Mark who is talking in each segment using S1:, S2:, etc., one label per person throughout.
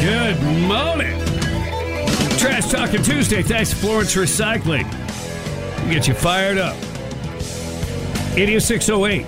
S1: Good morning. Trash Talking Tuesday. Thanks to Florence Recycling. We get you fired up. 8608.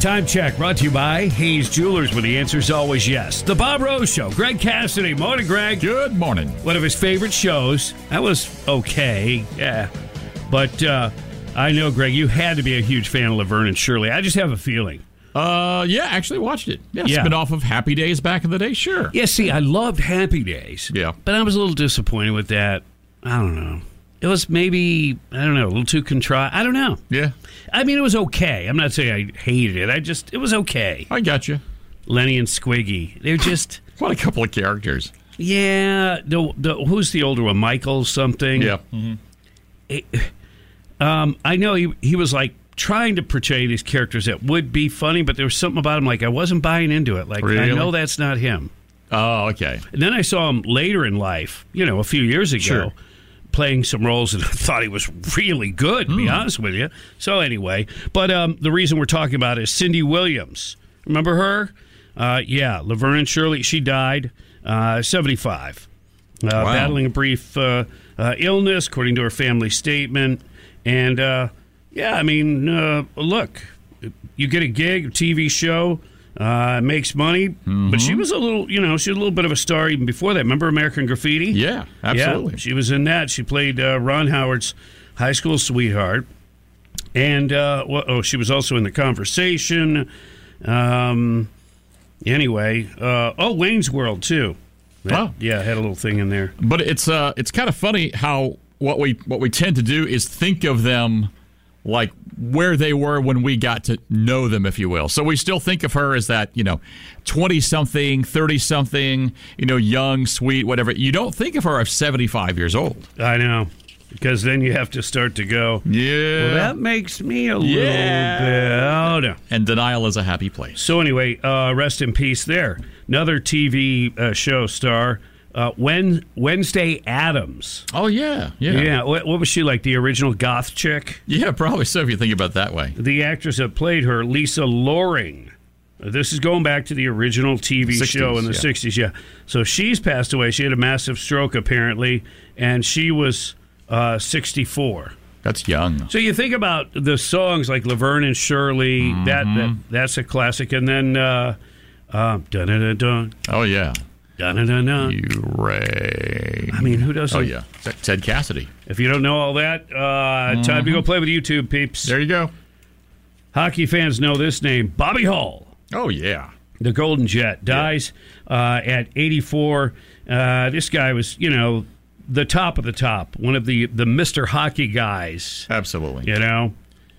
S1: Time check brought to you by Hayes Jewelers, where the answer is always yes. The Bob Rose Show. Greg Cassidy. Morning, Greg.
S2: Good morning.
S1: One of his favorite shows. That was okay. Yeah. But uh, I know, Greg, you had to be a huge fan of Laverne and Shirley. I just have a feeling.
S2: Uh, yeah, actually watched it. Yeah,
S1: Yeah.
S2: spin off of Happy Days back in the day. Sure.
S1: Yeah, see, I loved Happy Days.
S2: Yeah.
S1: But I was a little disappointed with that. I don't know. It was maybe, I don't know, a little too contrived. I don't know.
S2: Yeah,
S1: I mean, it was okay. I'm not saying I hated it. I just, it was okay.
S2: I got you.
S1: Lenny and Squiggy. They're just,
S2: What a couple of characters.
S1: yeah. The, the, who's the older one? Michael something?
S2: Yeah.
S1: Um, I know he, he was like trying to portray these characters that would be funny, but there was something about him like I wasn't buying into it. Like, I
S2: Really?
S1: know that's not him.
S2: Oh, okay.
S1: And then I saw him later in life, you know, a few years ago,
S2: Sure.
S1: playing some roles that I thought he was really good, to be honest with you. So, anyway, but um, the reason we're talking about it is Cindy Williams. Remember her? Uh, yeah, Laverne and Shirley. She died uh, 75, uh, battling a brief uh, uh, illness, according to her family statement. And uh, yeah, I mean, uh, look, you get a gig, a TV show, uh, makes money. But
S2: Mm-hmm.
S1: she was a little, you know, she was a little bit of a star even before that. Remember American Graffiti?
S2: Yeah, absolutely.
S1: Yeah, she was in that. She played uh, Ron Howard's high school sweetheart. And, uh, well, oh, she was also in The Conversation. Um, anyway, uh, oh, Wayne's World, too. That-
S2: Oh.
S1: Yeah, had a little thing in there.
S2: But it's uh, it's kind of funny how what we what we tend to do is think of them like where they were when we got to know them, if you will. So we still think of her as that you know, twenty something, thirty something, you know, young, sweet, whatever. You don't think of her as seventy five years old.
S1: I know. Because then you have to start to go.
S2: Yeah.
S1: Well, that makes me a
S2: Yeah.
S1: little bit.
S2: and denial is a happy place.
S1: So anyway, uh, rest in peace. There, another TV uh, show star, uh, Wen- Wednesday Adams.
S2: Oh yeah, yeah,
S1: Yeah, what, what was she like? The original goth chick.
S2: Yeah, probably so if you think about it that way.
S1: The actress that played her, Lisa Loring. This is going back to the original TV
S2: 60s,
S1: show in the
S2: yeah.
S1: '60s. Yeah. So she's passed away. She had a massive stroke apparently, and she was uh, 64.
S2: That's young.
S1: So you think about the songs like Laverne and Shirley. That, that
S2: Mm-hmm.
S1: that's a classic, and then. Uh, um, dun dun dun
S2: Oh yeah,
S1: dun dun dun dun.
S2: you Ray.
S1: I mean, who doesn't?
S2: Oh yeah, Is that Ted Cassidy.
S1: If you don't know all that, uh, time to go play with YouTube peeps.
S2: Mm-hmm. There you go.
S1: Hockey fans know this name, Bobby Hall.
S2: Oh yeah.
S1: The Golden Jet dies uh, at 84. Uh, this guy was, you know, the top of the top, one of the the Mister Hockey guys.
S2: Absolutely.
S1: You know,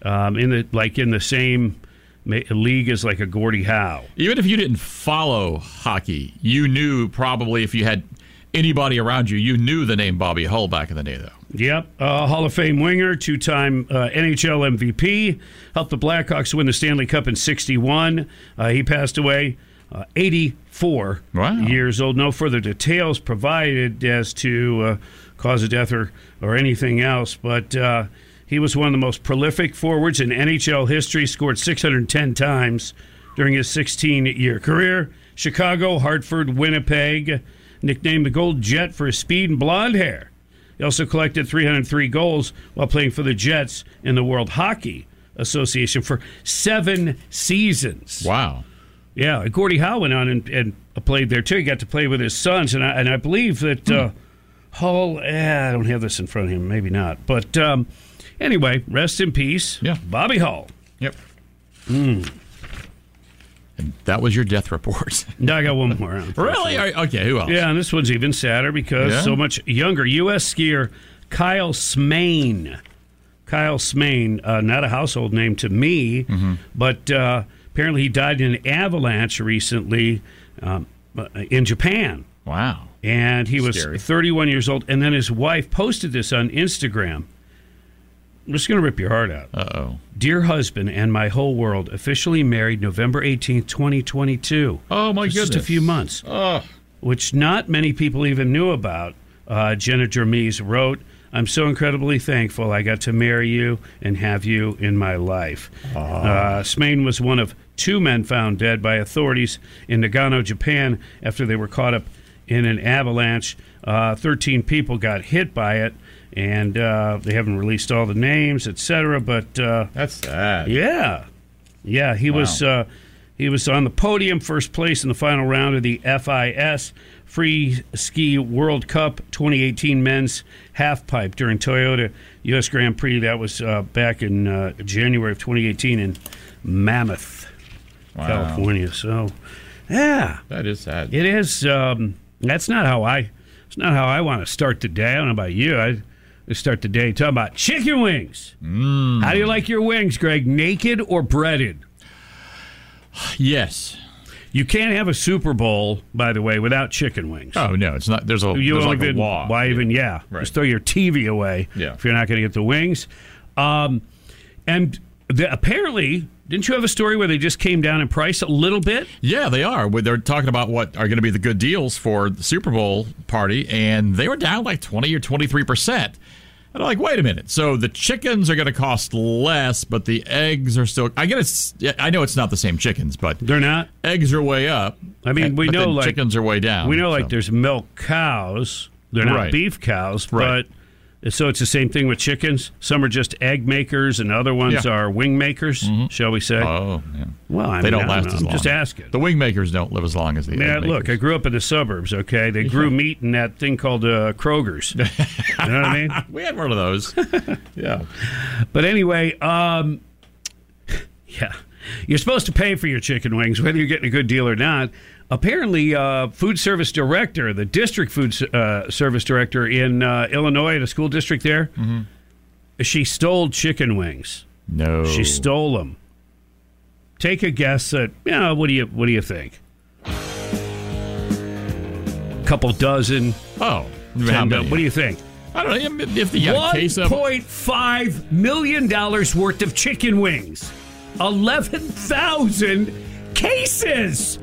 S1: um, in the like in the same ma- league as like a Gordie Howe.
S2: Even if you didn't follow hockey, you knew probably if you had anybody around you, you knew the name Bobby Hull back in the day, though.
S1: Yep. Uh, Hall of Fame winger, two time uh, NHL MVP, helped the Blackhawks win the Stanley Cup in 61. Uh, he passed away uh, 84
S2: Wow.
S1: years old. No further details provided as to uh, cause of death or, or anything else, but. Uh, he was one of the most prolific forwards in NHL history, scored 610 times during his 16 year career. Chicago, Hartford, Winnipeg, nicknamed the Gold Jet for his speed and blonde hair. He also collected 303 goals while playing for the Jets in the World Hockey Association for seven seasons.
S2: Wow.
S1: Yeah, Gordie Howe went on and, and played there too. He got to play with his sons, and I, and I believe that
S2: Hmm.
S1: uh, Hull. Eh, I don't have this in front of him, maybe not. But um, anyway, rest in peace,
S2: Yeah.
S1: Bobby Hall.
S2: Yep. Hmm. And that was your death report.
S1: Now I got one more.
S2: really? Are- Okay. Who else?
S1: Yeah, and this one's even sadder because
S2: Yeah?
S1: so much younger. U.S. skier Kyle
S2: Mm-hmm.
S1: Smain. Kyle Smain, uh, not a household name to me, but uh, Apparently, he died in an avalanche recently um, uh, in Japan.
S2: Wow.
S1: And he was
S2: Scary.
S1: 31 years old. And then his wife posted this on Instagram. I'm just going to rip your heart out.
S2: Uh oh.
S1: Dear husband and my whole world, officially married November 18th, 2022.
S2: Oh, my
S1: Just Just
S2: goodness.
S1: a few months
S2: Oh.
S1: which not many people even knew about. Uh, Jenna Jermes wrote, I'm so incredibly thankful I got to marry you and have you in my life.
S2: Ah.
S1: Uh, Smain was one of two men found dead by authorities in Nagano, Japan, after they were caught up in an avalanche. Uh, 13 people got hit by it, and uh, they haven't released all the names, etc. But uh,
S2: That's sad.
S1: yeah, yeah, he was uh, he was on the podium, first place in the final round of the FIS Free Ski World Cup 2018 Men's Halfpipe during Toyota U.S. Grand Prix. That was uh, back in uh, January of 2018 in Mammoth,
S2: Wow.
S1: California. So, yeah,
S2: That is sad.
S1: it is. Um, that's not how I. It's not how I want to start the day. I don't know about you. I I start the day talking about chicken wings.
S2: Mm.
S1: How do you like your wings, Greg? Naked or breaded?
S2: Yes.
S1: You can't have a Super Bowl, by the way, without chicken wings.
S2: Oh no, it's not. There's a
S1: you
S2: there's
S1: don't
S2: like a
S1: even-
S2: law.
S1: Why even? Yeah,
S2: Right.
S1: just throw your TV away.
S2: Yeah.
S1: if you're not going to get the wings. Um, and the, apparently, didn't you have a story where they just came down in price a little bit?
S2: Yeah, they are. Well, They're talking about what are going to be the good deals for the Super Bowl party, and they were down like 20 or 23%. And I'm like, wait a minute. So the chickens are going to cost less, but the eggs are still. I get it's. yeah, I know it's not the same chickens, but
S1: They're not.
S2: eggs are way up.
S1: I mean,
S2: and-
S1: we
S2: but
S1: know,
S2: then
S1: like-
S2: chickens are way down.
S1: We know, like,
S2: so.
S1: there's milk cows. They're not
S2: Right.
S1: beef cows,
S2: Right.
S1: but so it's the same thing with chickens. Some are just egg makers, and other ones
S2: Yeah.
S1: are wing makers, shall we say?
S2: Oh, yeah.
S1: well, I
S2: they
S1: mean,
S2: don't
S1: I
S2: last
S1: know.
S2: as
S1: I'm
S2: long.
S1: Just asking.
S2: The wing makers don't live as long as the.
S1: Yeah,
S2: egg
S1: look, I
S2: makers.
S1: grew up in the suburbs. Okay, they grew meat in that thing called uh, Kroger's. you know what I mean?
S2: we had one of those. yeah.
S1: But anyway, um, yeah, you're supposed to pay for your chicken wings, whether you're getting a good deal or not. Apparently, uh, food service director, the district food s- uh, service director in uh, Illinois, the school district there,
S2: Mm-hmm.
S1: she stole chicken wings.
S2: No.
S1: She stole them. Take a guess at you know, what do you what do you think? Couple dozen.
S2: Oh. How
S1: And, uh,
S2: many?
S1: what do you think?
S2: I don't know if the
S1: One
S2: case of
S1: point five million dollars worth of chicken wings, eleven thousand cases.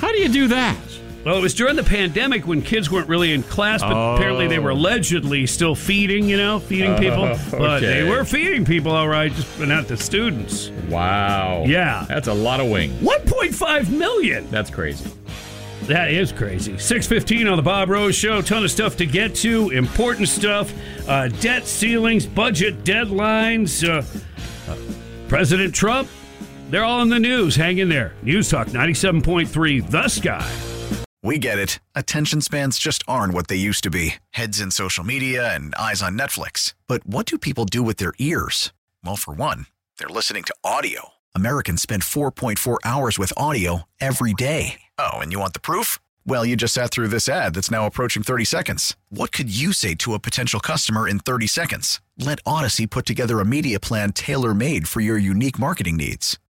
S2: How do you do that?
S1: Well, it was during the pandemic when kids weren't really in class, but apparently they were allegedly still feeding. You know, feeding people, but
S2: okay.
S1: they were feeding people all right, just but not the students.
S2: Wow.
S1: Yeah.
S2: That's a lot of wing.
S1: One point five million.
S2: That's crazy.
S1: That is crazy. 615 on the Bob Rose Show. Ton of stuff to get to, important stuff, uh, debt ceilings, budget deadlines, uh, uh, President Trump. They're all in the news. Hang in there. News Talk 97.3, The Sky.
S3: We get it. Attention spans just aren't what they used to be heads in social media and eyes on Netflix. But what do people do with their ears? Well, for one, they're listening to audio. Americans spend 4.4 hours with audio every day. Oh, and you want the proof? Well, you just sat through this ad that's now approaching 30 seconds. What could you say to a potential customer in 30 seconds? Let Odyssey put together a media plan tailor made for your unique marketing needs.